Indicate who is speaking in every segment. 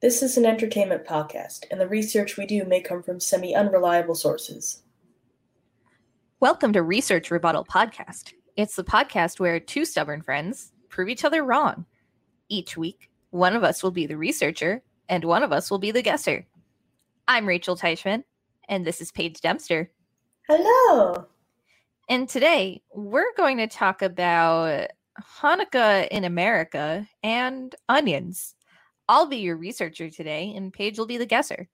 Speaker 1: This is an entertainment podcast, and the research we do may come from semi unreliable sources.
Speaker 2: Welcome to Research Rebuttal Podcast. It's the podcast where two stubborn friends prove each other wrong. Each week, one of us will be the researcher and one of us will be the guesser. I'm Rachel Teichman, and this is Paige Dempster.
Speaker 1: Hello!
Speaker 2: And today, we're going to talk about Hanukkah in America and onions. I'll be your researcher today, and Paige will be the guesser.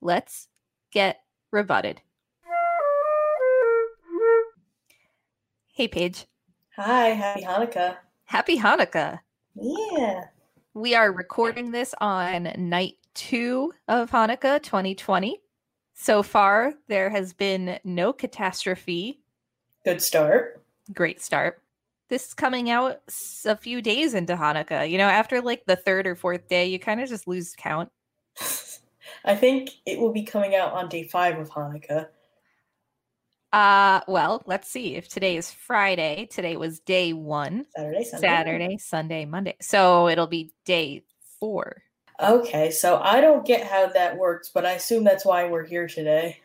Speaker 2: Let's get rebutted. Hey, Paige.
Speaker 1: Hi, happy Hanukkah.
Speaker 2: Happy Hanukkah.
Speaker 1: Yeah.
Speaker 2: We are recording this on night two of Hanukkah 2020. So far, there has been no catastrophe.
Speaker 1: Good start.
Speaker 2: Great start. This is coming out s- a few days into Hanukkah. You know, after like the third or fourth day, you kind of just lose count.
Speaker 1: I think it will be coming out on day five of Hanukkah.
Speaker 2: Uh, well, let's see. If today is Friday, today was day one,
Speaker 1: Saturday, Sunday.
Speaker 2: Saturday, Sunday, Monday. So it'll be day four.
Speaker 1: Okay, so I don't get how that works, but I assume that's why we're here today.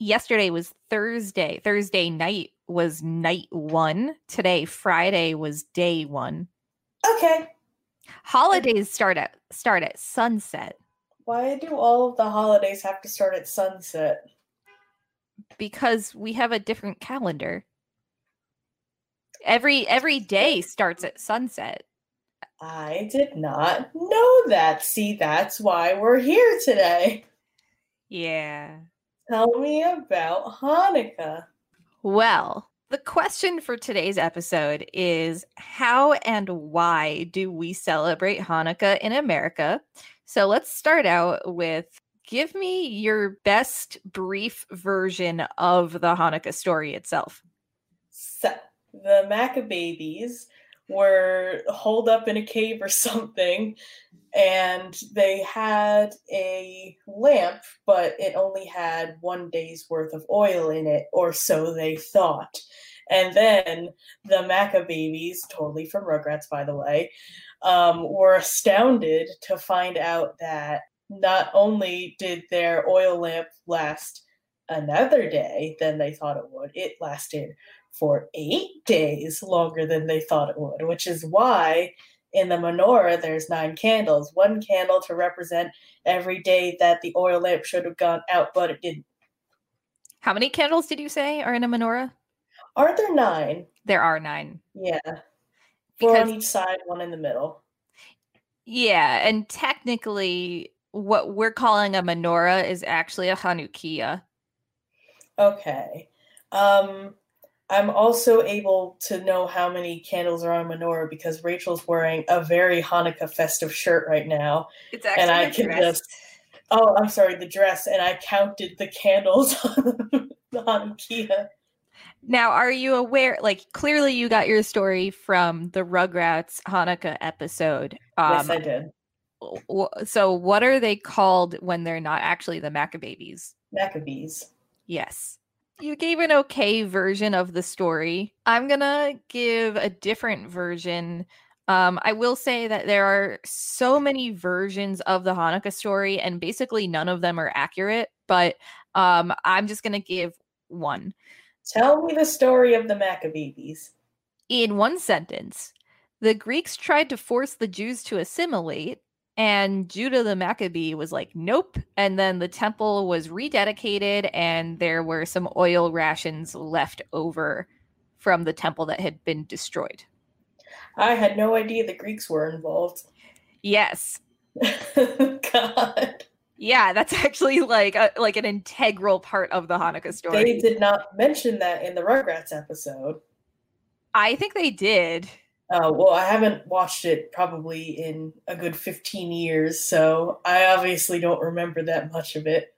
Speaker 2: yesterday was Thursday. Thursday night was night one. Today, Friday was day one.
Speaker 1: Okay.
Speaker 2: Holidays start at start at sunset
Speaker 1: Why do all of the holidays have to start at sunset?
Speaker 2: because we have a different calendar. Every every day starts at sunset.
Speaker 1: I did not know that. See, that's why we're here today.
Speaker 2: Yeah.
Speaker 1: Tell me about Hanukkah.
Speaker 2: Well, the question for today's episode is how and why do we celebrate Hanukkah in America? So let's start out with give me your best brief version of the Hanukkah story itself.
Speaker 1: So, the Maccabees were holed up in a cave or something, and they had a lamp, but it only had one day's worth of oil in it, or so they thought. And then the Maccabees, totally from Rugrats, by the way, um, were astounded to find out that not only did their oil lamp last another day than they thought it would, it lasted for eight days longer than they thought it would, which is why in the menorah there's nine candles, one candle to represent every day that the oil lamp should have gone out, but it didn't.
Speaker 2: How many candles did you say are in a menorah?
Speaker 1: Aren't there nine?
Speaker 2: There are nine.
Speaker 1: Yeah, four on
Speaker 2: Because
Speaker 1: each side, one in the middle.
Speaker 2: yeah, and technically what we're calling a menorah is actually a Hanukkah.
Speaker 1: Okay. Um, I'm also able to know how many candles are on menorah because Rachel's wearing a very Hanukkah festive shirt right now.
Speaker 2: It's
Speaker 1: And I
Speaker 2: actually a
Speaker 1: can
Speaker 2: dress.
Speaker 1: just- Oh, I'm sorry, the dress, and I counted the candles on, on Kia.
Speaker 2: Now, are you aware? Like, clearly, you got your story from the Rugrats Hanukkah episode. Um,
Speaker 1: yes, I did.
Speaker 2: w- w- so, what are they called when they're not actually the Maccabees?
Speaker 1: Maccabees.
Speaker 2: Yes. You gave an okay version of the story. I'm going to give a different version. Um, I will say that there are so many versions of the Hanukkah story, and basically none of them are accurate, but um, I'm just going to give one.
Speaker 1: Tell me the story of the Maccabees.
Speaker 2: In one sentence, the Greeks tried to force the Jews to assimilate, and Judah the Maccabee was like, nope. And then the temple was rededicated, and there were some oil rations left over from the temple that had been destroyed.
Speaker 1: I had no idea the Greeks were involved.
Speaker 2: Yes.
Speaker 1: God.
Speaker 2: Yeah, that's actually like a, like an integral part of the Hanukkah story.
Speaker 1: They did not mention that in the Rugrats episode.
Speaker 2: I think they did.
Speaker 1: Uh, well, I haven't watched it probably in a good 15 years, so I obviously don't remember that much of it.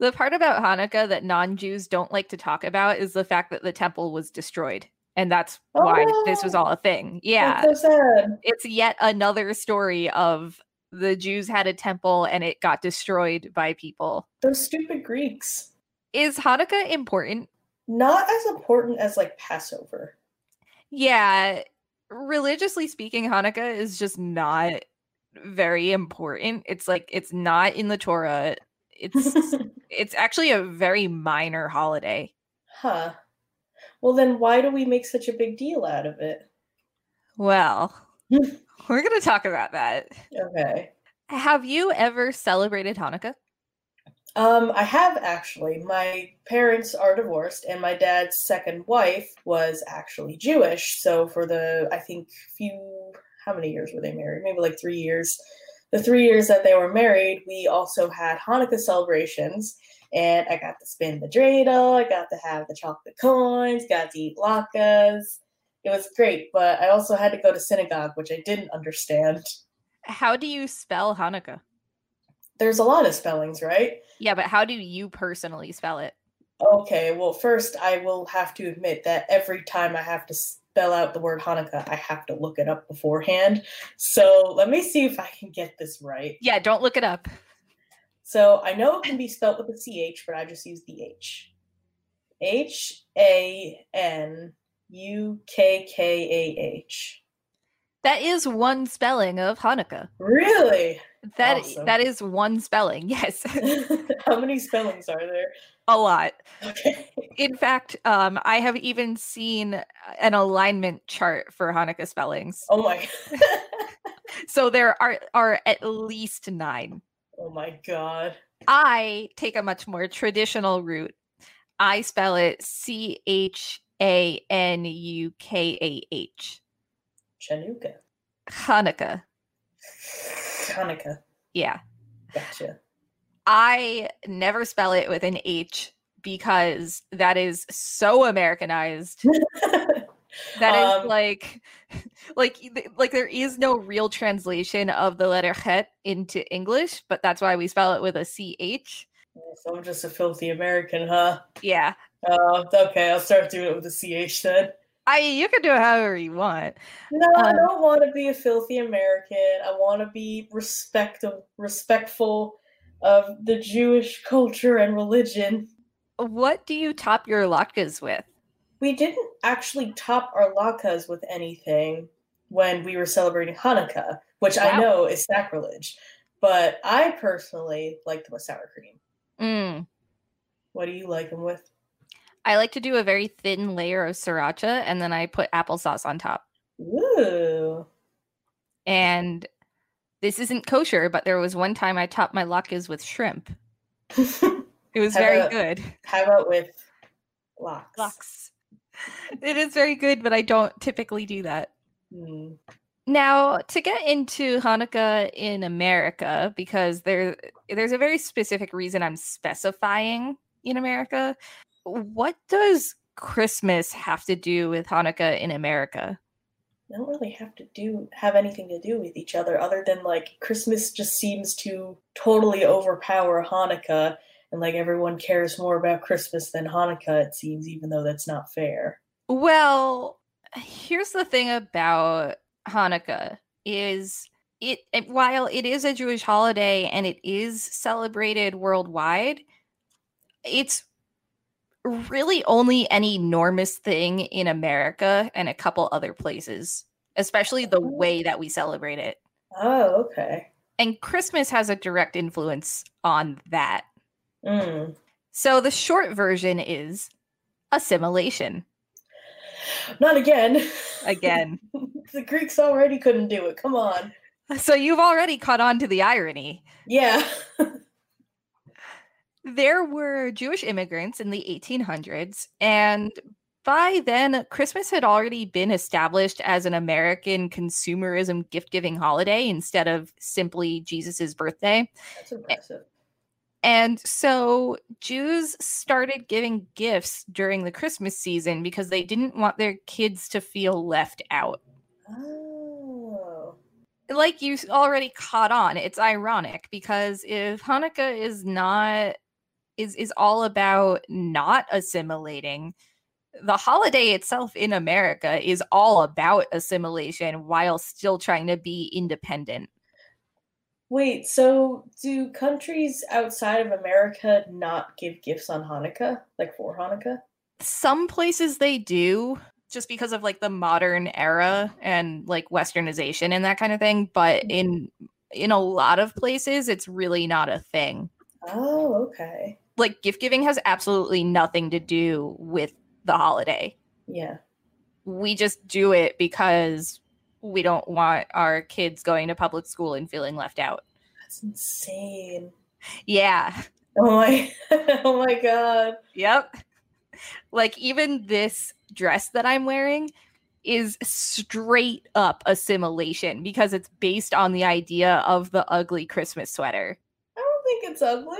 Speaker 2: The part about Hanukkah that non Jews don't like to talk about is the fact that the temple was destroyed. And that's why
Speaker 1: Oh,
Speaker 2: this was all a thing. Yeah.
Speaker 1: That's so sad.
Speaker 2: It's yet another story of the Jews had a temple and it got destroyed by people.
Speaker 1: Those stupid Greeks.
Speaker 2: Is Hanukkah important?
Speaker 1: Not as important as like Passover.
Speaker 2: Yeah. Religiously speaking, Hanukkah is just not very important. It's like it's not in the Torah. It's it's actually a very minor holiday.
Speaker 1: huh. Well, then why do we make such a big deal out of it?
Speaker 2: Well, we're going to talk about that.
Speaker 1: Okay.
Speaker 2: Have you ever celebrated Hanukkah?
Speaker 1: Um, I have actually. My parents are divorced, and my dad's second wife was actually Jewish. So for the, I think, few, how many years were they married? Maybe like three years. The three years that they were married, we also had Hanukkah celebrations. And I got to spin the dreidel. I got to have the chocolate coins. Got to eat latkes. It was great, but I also had to go to synagogue, which I didn't understand.
Speaker 2: How do you spell Hanukkah?
Speaker 1: There's a lot of spellings, right?
Speaker 2: Yeah, but how do you personally spell it?
Speaker 1: Okay, well, first I will have to admit that every time I have to spell out the word Hanukkah, I have to look it up beforehand. So let me see if I can get this right.
Speaker 2: Yeah, don't look it up.
Speaker 1: So I know it can be spelled with a CH, but I just use the H. H A N U K K A H.
Speaker 2: That is one spelling of Hanukkah.
Speaker 1: Really?
Speaker 2: That
Speaker 1: Awesome.
Speaker 2: that is one spelling. Yes,
Speaker 1: How many spellings are there?
Speaker 2: a lot.
Speaker 1: Okay.
Speaker 2: In fact, um, I have even seen uh, an alignment chart for Hanukkah spellings.
Speaker 1: Oh my.
Speaker 2: So there are are at least nine.
Speaker 1: oh my god.
Speaker 2: I take a much more traditional route. I spell it C H A N U K A H.
Speaker 1: Chanukah.
Speaker 2: Hanukkah.
Speaker 1: Hanukkah.
Speaker 2: Yeah.
Speaker 1: Gotcha.
Speaker 2: I never spell it with an H because that is so Americanized. That is
Speaker 1: Um,
Speaker 2: like like th- like there is no real translation of the letter het into English, but that's why we spell it with a CH.
Speaker 1: So I'm just a filthy American, huh?
Speaker 2: Yeah.
Speaker 1: Uh, okay, I'll start doing it with the CH then.
Speaker 2: I you can do it however you want.
Speaker 1: No, I
Speaker 2: Um,
Speaker 1: don't want to be a filthy American. I want to be respect- respectful of the Jewish culture and religion.
Speaker 2: What do you top your latkes with?
Speaker 1: We didn't actually top our latkes with anything when we were celebrating Hanukkah, which I
Speaker 2: Wow.
Speaker 1: know is sacrilege. But I personally like them with sour cream.
Speaker 2: Mm.
Speaker 1: What do you like them with?
Speaker 2: I like to do a very thin layer of sriracha and then I put applesauce on top.
Speaker 1: Ooh.
Speaker 2: And this isn't kosher, but there was one time I topped my latkes with shrimp. It was
Speaker 1: Have
Speaker 2: very
Speaker 1: a-
Speaker 2: good.
Speaker 1: How about with locks?
Speaker 2: Locks. It is very good, but I don't typically do that.
Speaker 1: Hmm.
Speaker 2: Now, to get into Hanukkah in America, because there there's a very specific reason I'm specifying in America. What does Christmas have to do with Hanukkah in America?
Speaker 1: they don't really have to do have anything to do with each other other than like Christmas just seems to totally overpower Hanukkah and like everyone cares more about Christmas than Hanukkah it seems even though that's not fair.
Speaker 2: Well, here's the thing about Hanukkah is it, it- while it is a Jewish holiday and it is celebrated worldwide, it's really only an enormous thing in America and a couple other places, especially the way that we celebrate it.
Speaker 1: Oh, okay.
Speaker 2: And Christmas has a direct influence on that.
Speaker 1: Mm.
Speaker 2: So the short version is assimilation
Speaker 1: Not again.
Speaker 2: again.
Speaker 1: the Greeks already couldn't do it. Come on.
Speaker 2: So you've already caught on to the irony.
Speaker 1: Yeah.
Speaker 2: There were Jewish immigrants in the 1800s, and by then, Christmas had already been established as an American consumerism gift giving holiday instead of simply Jesus' birthday.
Speaker 1: That's impressive.
Speaker 2: And so Jews started giving gifts during the Christmas season because they didn't want their kids to feel left out.
Speaker 1: Oh.
Speaker 2: like you s- already caught on it's ironic because if hanukkah is not is is all about not assimilating the holiday itself in america is all about assimilation while still trying to be independent
Speaker 1: Wait, so do countries outside of America not give gifts on Hanukkah, like for Hanukkah?
Speaker 2: some places they do just because of like the modern era and like westernization and that kind of thing but in in a lot of places it's really not a thing
Speaker 1: Oh, okay.
Speaker 2: like gift giving has absolutely nothing to do with the holiday
Speaker 1: Yeah.
Speaker 2: we just do it because we don't want our kids going to public school and feeling left out
Speaker 1: That's insane.
Speaker 2: yeah
Speaker 1: Oh my oh my god.
Speaker 2: Yep. Like even this dress that I'm wearing is straight up assimilation because it's based on the idea of the ugly Christmas sweater.
Speaker 1: I don't think it's ugly.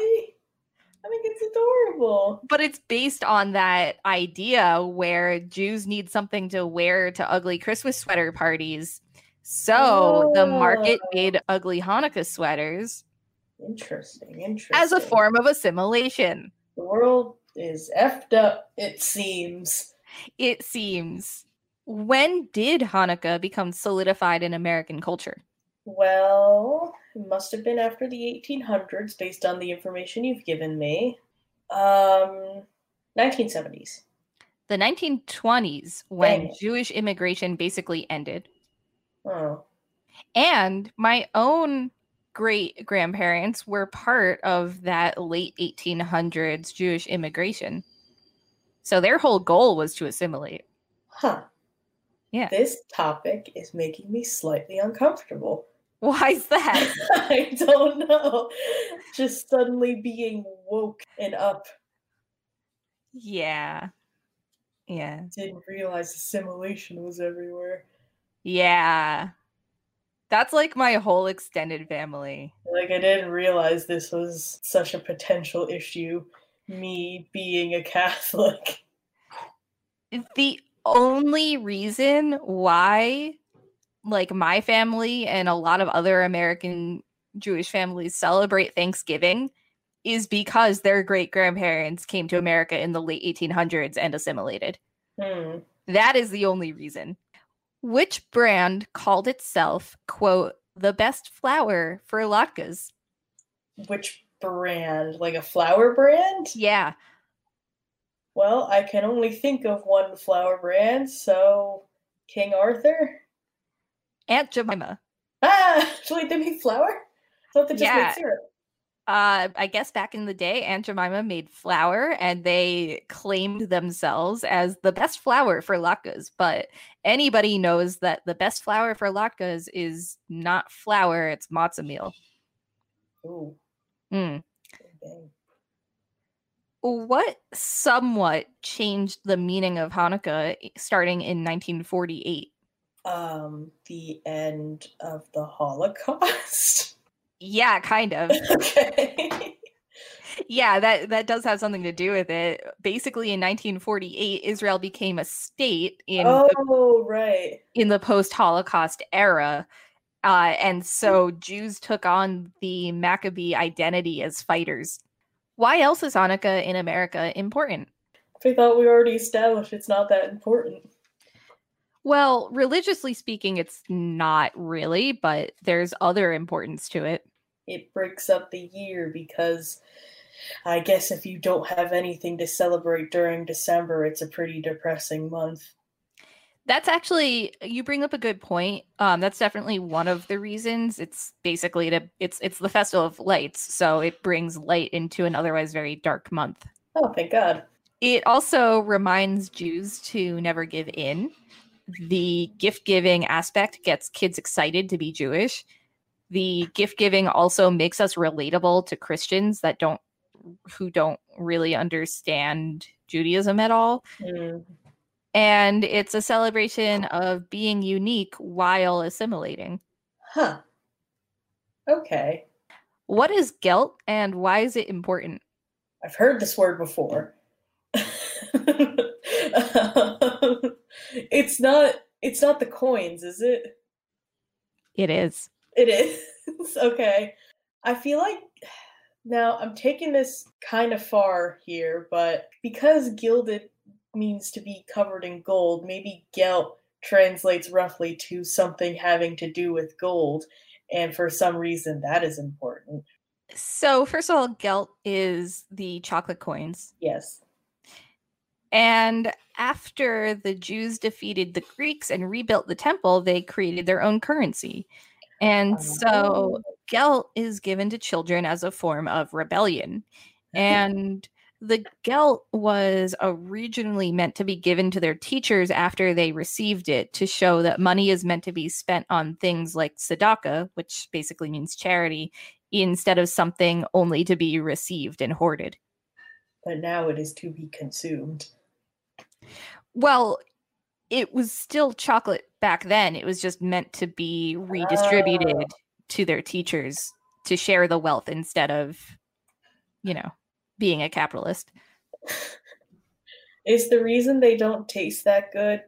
Speaker 1: I think it's adorable.
Speaker 2: But it's based on that idea where Jews need something to wear to ugly Christmas sweater parties. So the market
Speaker 1: Oh.
Speaker 2: made ugly Hanukkah sweaters
Speaker 1: Interesting, interesting.
Speaker 2: as a form of assimilation,
Speaker 1: the world is effed up, it seems.
Speaker 2: it seems. When did Hanukkah become solidified in American culture?
Speaker 1: Well, it must have been after the 1800s, based on the information you've given me. Um, 1970s.
Speaker 2: the 1920s when
Speaker 1: Dang it.
Speaker 2: Jewish immigration basically ended.
Speaker 1: Oh,
Speaker 2: And my own great grandparents were part of that late 1800s Jewish immigration. So their whole goal was to assimilate.
Speaker 1: huh.
Speaker 2: Yeah.
Speaker 1: This topic is making me slightly uncomfortable.
Speaker 2: Why is that?
Speaker 1: I don't know. Just suddenly being woke and up.
Speaker 2: yeah. Yeah.
Speaker 1: Didn't realize assimilation was everywhere.
Speaker 2: Yeah. That's like my whole extended family.
Speaker 1: Like, I didn't realize this was such a potential issue, me being a Catholic.
Speaker 2: the only reason why like my family and a lot of other american jewish families celebrate thanksgiving is because their great grandparents came to america in the late 1800s and assimilated
Speaker 1: Hmm.
Speaker 2: that is the only reason which brand called itself quote the best flour for latkes
Speaker 1: Which brand? Like a flower brand?
Speaker 2: yeah
Speaker 1: Well, I can only think of one flower brand, so King Arthur.
Speaker 2: aunt jemima
Speaker 1: Ah, wait, they make flour? I thought they just
Speaker 2: Yeah.
Speaker 1: made syrup.
Speaker 2: uh, I guess back in the day, Aunt Jemima made flour and they claimed themselves as the best flour for latkes. But anybody knows that the best flour for latkes is not flour, it's matzo meal.
Speaker 1: Ooh,
Speaker 2: Mm.
Speaker 1: okay.
Speaker 2: What somewhat changed the meaning of Hanukkah i- starting in 1948?
Speaker 1: Um, the end of the Holocaust.
Speaker 2: Yeah, kind of.
Speaker 1: okay.
Speaker 2: yeah, that that does have something to do with it. Basically, in 1948, Israel became a state in the
Speaker 1: Oh, right.
Speaker 2: in the post Holocaust era. Uh, and so Jews took on the Maccabee identity as fighters. Why else is Hanukkah in America important?
Speaker 1: We thought we already established it's not that important.
Speaker 2: Well, religiously speaking, it's not really, but there's other importance to it.
Speaker 1: It breaks up the year because I guess if you don't have anything to celebrate during December, it's a pretty depressing month.
Speaker 2: That's actually you bring up a good point. Um, that's definitely one of the reasons. It's basically to it's it's the festival of lights, so it brings light into an otherwise very dark month.
Speaker 1: Oh, thank God.
Speaker 2: It also reminds Jews to never give in. The gift giving aspect gets kids excited to be Jewish. The gift giving also makes us relatable to Christians that don't who don't really understand Judaism at all.
Speaker 1: Mm,
Speaker 2: And it's a celebration of being unique while assimilating.
Speaker 1: Huh. Okay.
Speaker 2: What is guilt and why is it important?
Speaker 1: I've heard this word before. it's not It's not the coins, is it?
Speaker 2: It is.
Speaker 1: It is. okay. I feel like now I'm taking this kind of far here, but because gilded means to be covered in gold, maybe gelt translates roughly to something having to do with gold. And for some reason, that is important.
Speaker 2: So, first of all, gelt is the chocolate coins.
Speaker 1: Yes.
Speaker 2: And after the Jews defeated the Greeks and rebuilt the temple, they created their own currency. And
Speaker 1: Um, Oh.
Speaker 2: so gelt is given to children as a form of rebellion. And the gelt was originally meant to be given to their teachers after they received it to show that money is meant to be spent on things like tzedakah, which basically means charity, instead of something only to be received and hoarded.
Speaker 1: But now it is to be consumed.
Speaker 2: Well, it was still chocolate back then. It was just meant to be redistributed oh. to their teachers to share the wealth instead of, you know, being a capitalist.
Speaker 1: Is the reason they don't taste that good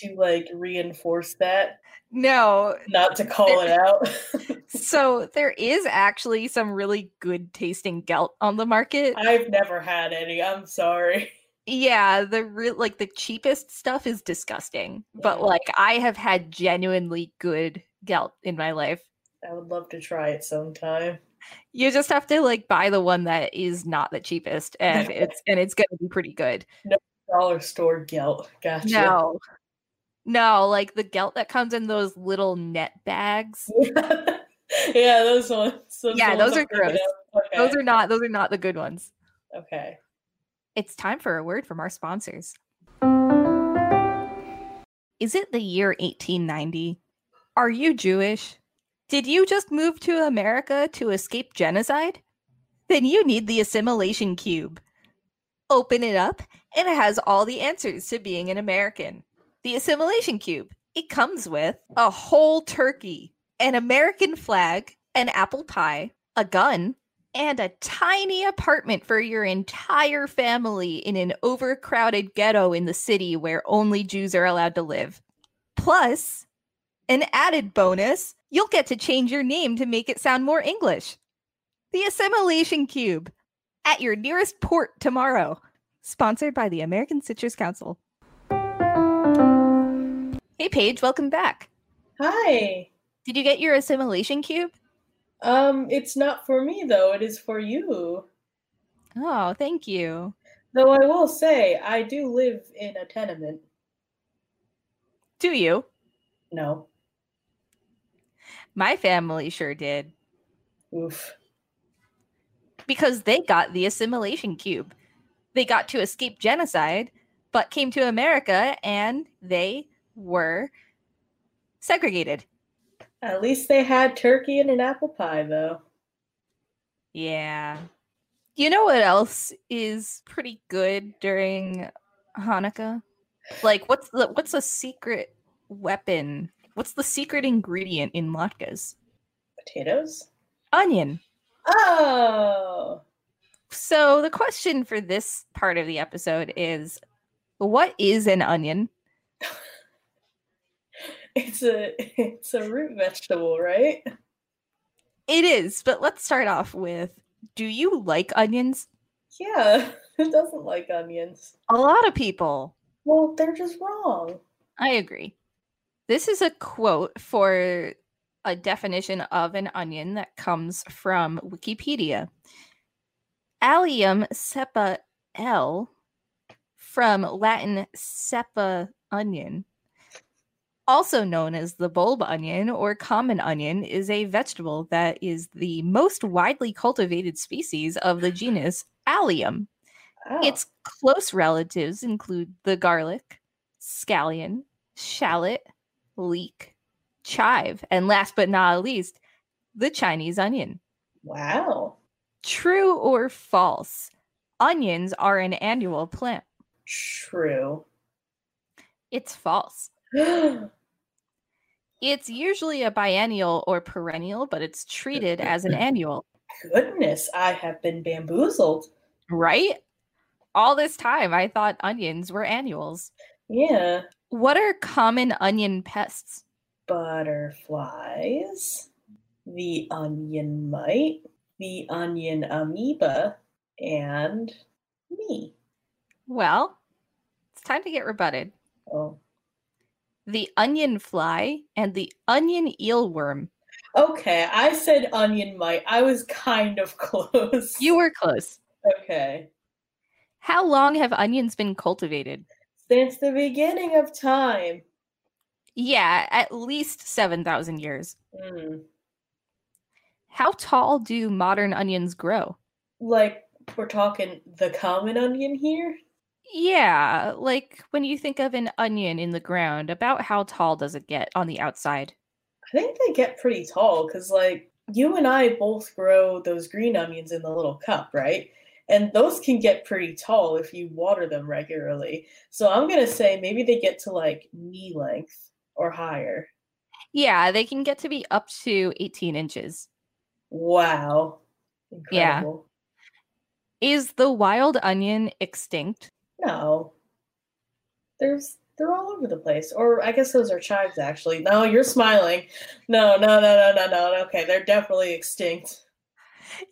Speaker 1: to like reinforce that?
Speaker 2: No.
Speaker 1: Not to call there, it
Speaker 2: out. so there is actually some really good tasting gelt on the market.
Speaker 1: I've never had any. I'm sorry
Speaker 2: yeah the real like the cheapest stuff is disgusting but like i have had genuinely good gelt in my life
Speaker 1: i would love to try it sometime
Speaker 2: you just have to like buy the one that is not the cheapest and it's and it's gonna be pretty good
Speaker 1: no dollar store gelt gotcha
Speaker 2: no no like the gelt that comes in those little net bags
Speaker 1: yeah those ones those
Speaker 2: yeah
Speaker 1: ones
Speaker 2: those are gross okay. those are not those are not the good ones
Speaker 1: okay
Speaker 2: it's time for a word from our sponsors. Is it the year 1890? Are you Jewish? Did you just move to America to escape genocide? Then you need the assimilation cube. Open it up, and it has all the answers to being an American. The assimilation cube. It comes with a whole turkey, an American flag, an apple pie, a gun, and a tiny apartment for your entire family in an overcrowded ghetto in the city where only Jews are allowed to live. Plus, an added bonus, you'll get to change your name to make it sound more English. The Assimilation Cube at your nearest port tomorrow. Sponsored by the American Citrus Council. Hey, Paige, welcome back.
Speaker 1: Hi.
Speaker 2: Did you get your Assimilation Cube?
Speaker 1: Um, it's not for me though. It is for you.
Speaker 2: Oh, thank you.
Speaker 1: Though I will say, I do live in a tenement.
Speaker 2: Do you?
Speaker 1: No.
Speaker 2: My family sure did.
Speaker 1: Oof.
Speaker 2: Because they got the assimilation cube. They got to escape genocide, but came to America and they were segregated.
Speaker 1: At least they had turkey and an apple pie, though.
Speaker 2: Yeah. You know what else is pretty good during Hanukkah? Like, what's the what's a secret weapon? What's the secret ingredient in latkes?
Speaker 1: Potatoes.
Speaker 2: Onion.
Speaker 1: Oh.
Speaker 2: So the question for this part of the episode is, what is an onion?
Speaker 1: it's a it's a root vegetable, right?
Speaker 2: It is, but let's start off with do you like onions?
Speaker 1: Yeah, who doesn't like onions?
Speaker 2: A lot of people.
Speaker 1: Well, they're just wrong.
Speaker 2: I agree. This is a quote for a definition of an onion that comes from Wikipedia. Allium sepa L from Latin sepa onion also known as the bulb onion or common onion, is a vegetable that is the most widely cultivated species of the genus Allium. Oh. Its close relatives include the garlic, scallion, shallot, leek, chive, and last but not least, the Chinese onion.
Speaker 1: Wow.
Speaker 2: True or false? Onions are an annual plant.
Speaker 1: True.
Speaker 2: It's false. It's usually a biennial or perennial, but it's treated as an annual.
Speaker 1: Goodness, I have been bamboozled.
Speaker 2: Right? All this time, I thought onions were annuals.
Speaker 1: Yeah.
Speaker 2: What are common onion pests?
Speaker 1: Butterflies, the onion mite, the onion amoeba, and me.
Speaker 2: Well, it's time to get rebutted.
Speaker 1: Oh.
Speaker 2: The onion fly and the onion eelworm.
Speaker 1: Okay, I said onion mite. I was kind of close.
Speaker 2: You were close.
Speaker 1: okay.
Speaker 2: How long have onions been cultivated?
Speaker 1: Since the beginning of time.
Speaker 2: Yeah, at least 7,000 years.
Speaker 1: Mm.
Speaker 2: How tall do modern onions grow?
Speaker 1: Like, we're talking the common onion here?
Speaker 2: Yeah, like when you think of an onion in the ground, about how tall does it get on the outside?
Speaker 1: I think they get pretty tall because, like, you and I both grow those green onions in the little cup, right? And those can get pretty tall if you water them regularly. So I'm going to say maybe they get to like knee length or higher.
Speaker 2: Yeah, they can get to be up to 18 inches.
Speaker 1: Wow.
Speaker 2: Yeah.
Speaker 1: Incredible.
Speaker 2: Is the wild onion extinct?
Speaker 1: No. There's they're all over the place. Or I guess those are chives actually. No, you're smiling. No, no, no, no, no, no. Okay, they're definitely extinct.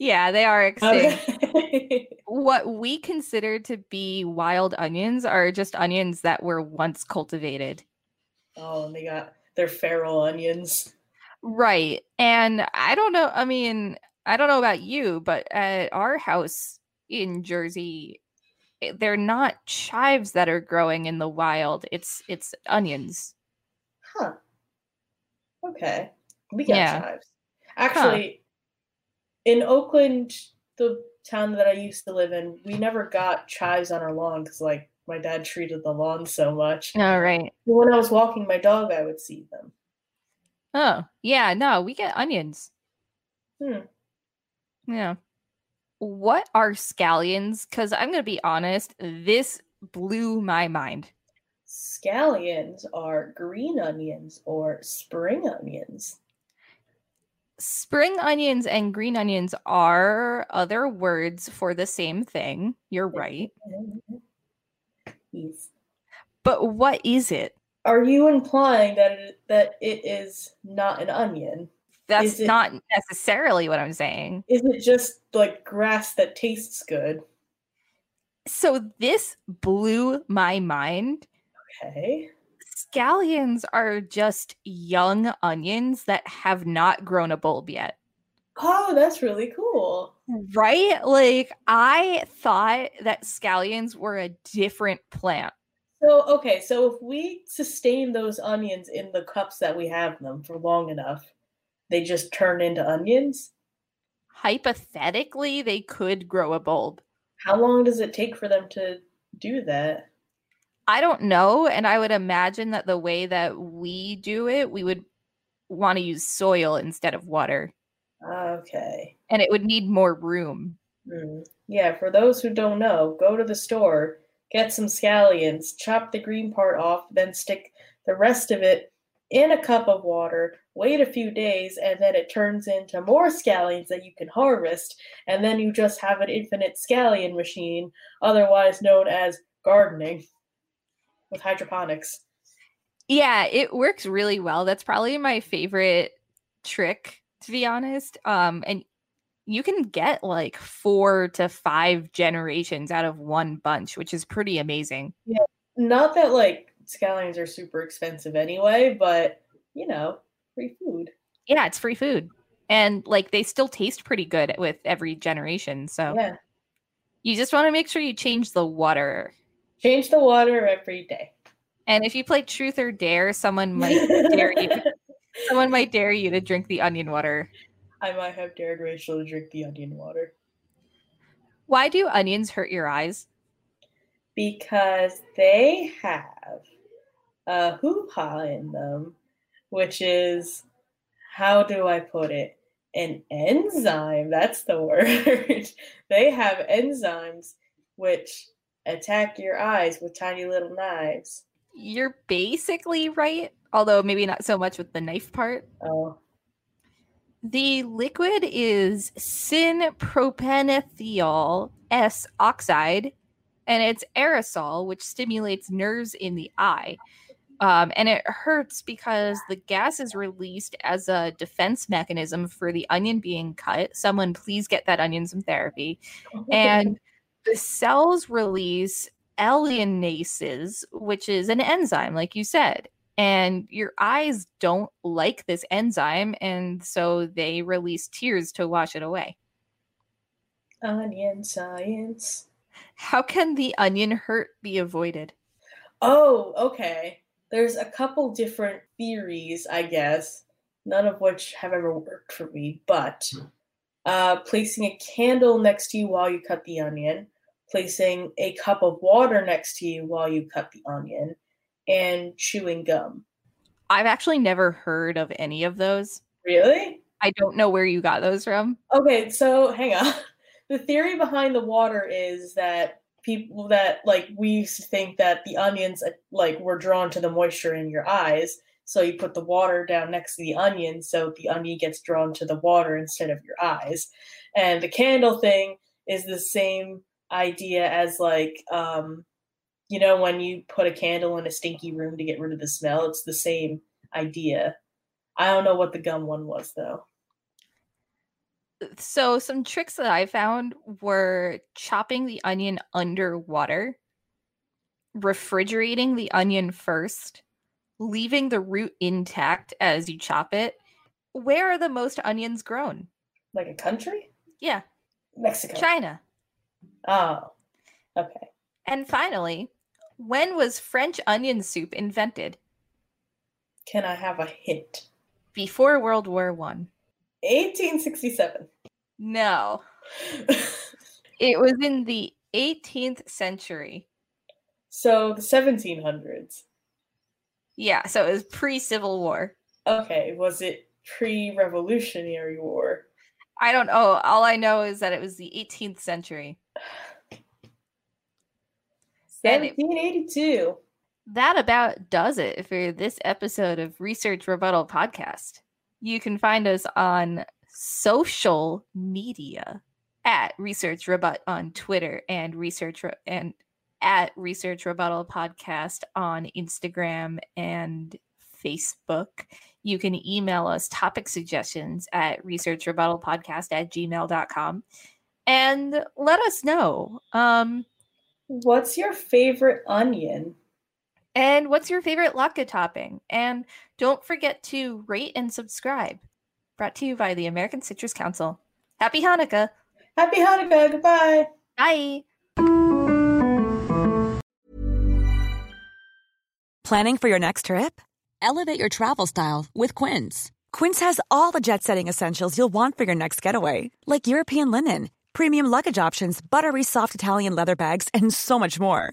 Speaker 2: Yeah, they are extinct.
Speaker 1: Okay.
Speaker 2: What we consider to be wild onions are just onions that were once cultivated.
Speaker 1: oh, and they got their feral onions.
Speaker 2: Right. And I don't know. I mean, I don't know about you, but at our house in Jersey, i- they're not chives that are growing in the wild. It's it's onions.
Speaker 1: Huh. Okay. We got
Speaker 2: Yeah.
Speaker 1: chives. Actually, in Oakland, the town that I used to live in, we never got chives on our lawn because, like, my dad treated the lawn so much.
Speaker 2: All Oh, right.
Speaker 1: When I was walking my dog, I would see them.
Speaker 2: Oh, yeah, no, we get onions.
Speaker 1: Hmm.
Speaker 2: Yeah. What are scallions? Cuz I'm going to be honest, this blew my mind.
Speaker 1: Scallions are green onions or spring onions.
Speaker 2: Spring onions and green onions are other words for the same thing. You're right.
Speaker 1: Yes.
Speaker 2: But what is it?
Speaker 1: Are you implying that it, that it is not an onion?
Speaker 2: That's
Speaker 1: it-
Speaker 2: not necessarily what I'm saying.
Speaker 1: Is it just like grass that tastes good?
Speaker 2: So this blew my mind.
Speaker 1: Okay.
Speaker 2: Scallions are just young onions that have not grown a bulb yet.
Speaker 1: Oh, that's really cool.
Speaker 2: Right? Like I thought that scallions were a different plant.
Speaker 1: So, okay, so if we sustain those onions in the cups that we have them for long enough, they just turn into onions?
Speaker 2: Hypothetically, they could grow a bulb.
Speaker 1: How long does it take for them to do that?
Speaker 2: I don't know, and I would imagine that the way that we do it, we would want to use soil instead of water,
Speaker 1: Okay.
Speaker 2: and it would need more room.
Speaker 1: Mm. Yeah, for those who don't know, go to the store, get some scallions, chop the green part off, then stick the rest of it in a cup of water, wait a few days, and then it turns into more scallions that you can harvest, and then you just have an infinite scallion machine, otherwise known as gardening with hydroponics.
Speaker 2: Yeah, it works really well. That's probably my favorite trick, to be honest. Um, and you can get like four to five generations out of one bunch, which is pretty amazing.
Speaker 1: Not that like scallions are super expensive anyway, but you know, free food.
Speaker 2: Yeah, it's free food. And like they still taste pretty good with every generation. So
Speaker 1: Yeah.
Speaker 2: you just want to make sure you change the water.
Speaker 1: Change the water every day.
Speaker 2: And if you play truth or dare, someone might dare you someone might dare you to drink the onion water.
Speaker 1: I might have dared Rachel to drink the onion water
Speaker 2: Why do onions hurt your eyes?
Speaker 1: because they have a hoo ha in them, which is how do I put it? An enzyme. That's the word. they have enzymes which attack your eyes with tiny little knives.
Speaker 2: You're basically right, although maybe not so much with the knife part.
Speaker 1: Oh,
Speaker 2: The liquid is synpropenethiol S oxide, and it's aerosol, which stimulates nerves in the eye. Um, and it hurts because the gas is released as a defense mechanism for the onion being cut. Someone, please get that onion some therapy. And the cells release alienases, which is an enzyme, like you said. And your eyes don't like this enzyme. And so they release tears to wash it away.
Speaker 1: Onion science.
Speaker 2: How can the onion hurt be avoided?
Speaker 1: Oh, okay. There's a couple different theories, I guess, none of which have ever worked for me, but uh, placing a candle next to you while you cut the onion, placing a cup of water next to you while you cut the onion, and chewing gum.
Speaker 2: I've actually never heard of any of those.
Speaker 1: Really?
Speaker 2: I don't know where you got those from.
Speaker 1: Okay, so hang on. The theory behind the water is that people that like we used to think that the onions uh, like were drawn to the moisture in your eyes so you put the water down next to the onion so the onion gets drawn to the water instead of your eyes and the candle thing is the same idea as like um you know when you put a candle in a stinky room to get rid of the smell it's the same idea i don't know what the gum one was though
Speaker 2: so some tricks that I found were chopping the onion underwater, refrigerating the onion first, leaving the root intact as you chop it. Where are the most onions grown?
Speaker 1: like a country
Speaker 2: Yeah,
Speaker 1: mexico
Speaker 2: China.
Speaker 1: oh okay
Speaker 2: And finally, when was French onion soup invented?
Speaker 1: can i have a hint
Speaker 2: Before World War 1.
Speaker 1: 1867
Speaker 2: No. It was in the 18th century.
Speaker 1: so the 1700s
Speaker 2: Yeah, so it was pre-Civil War.
Speaker 1: okay was it pre-revolutionary war
Speaker 2: I don't know. All I know is that it was the 18th century. And it-
Speaker 1: 1782
Speaker 2: that about does it for this episode of Research Rebuttal Podcast. You can find us on social media at Research Rebut on Twitter and Research Re- and at Research Rebuttal Podcast on Instagram and Facebook. You can email us topic suggestions at research rebuttal podcast at gmail.com and let us know. Um,
Speaker 1: what's your favorite onion
Speaker 2: And what's your favorite latke topping? And don't forget to rate and subscribe. Brought to you by the American Citrus Council. Happy Hanukkah.
Speaker 1: happy hanukkah goodbye
Speaker 2: Bye.
Speaker 3: Planning for your next trip? Elevate your travel style with Quince. Quince has all the jet setting essentials you'll want for your next getaway, like European linen, premium luggage options, buttery soft Italian leather bags, and so much more.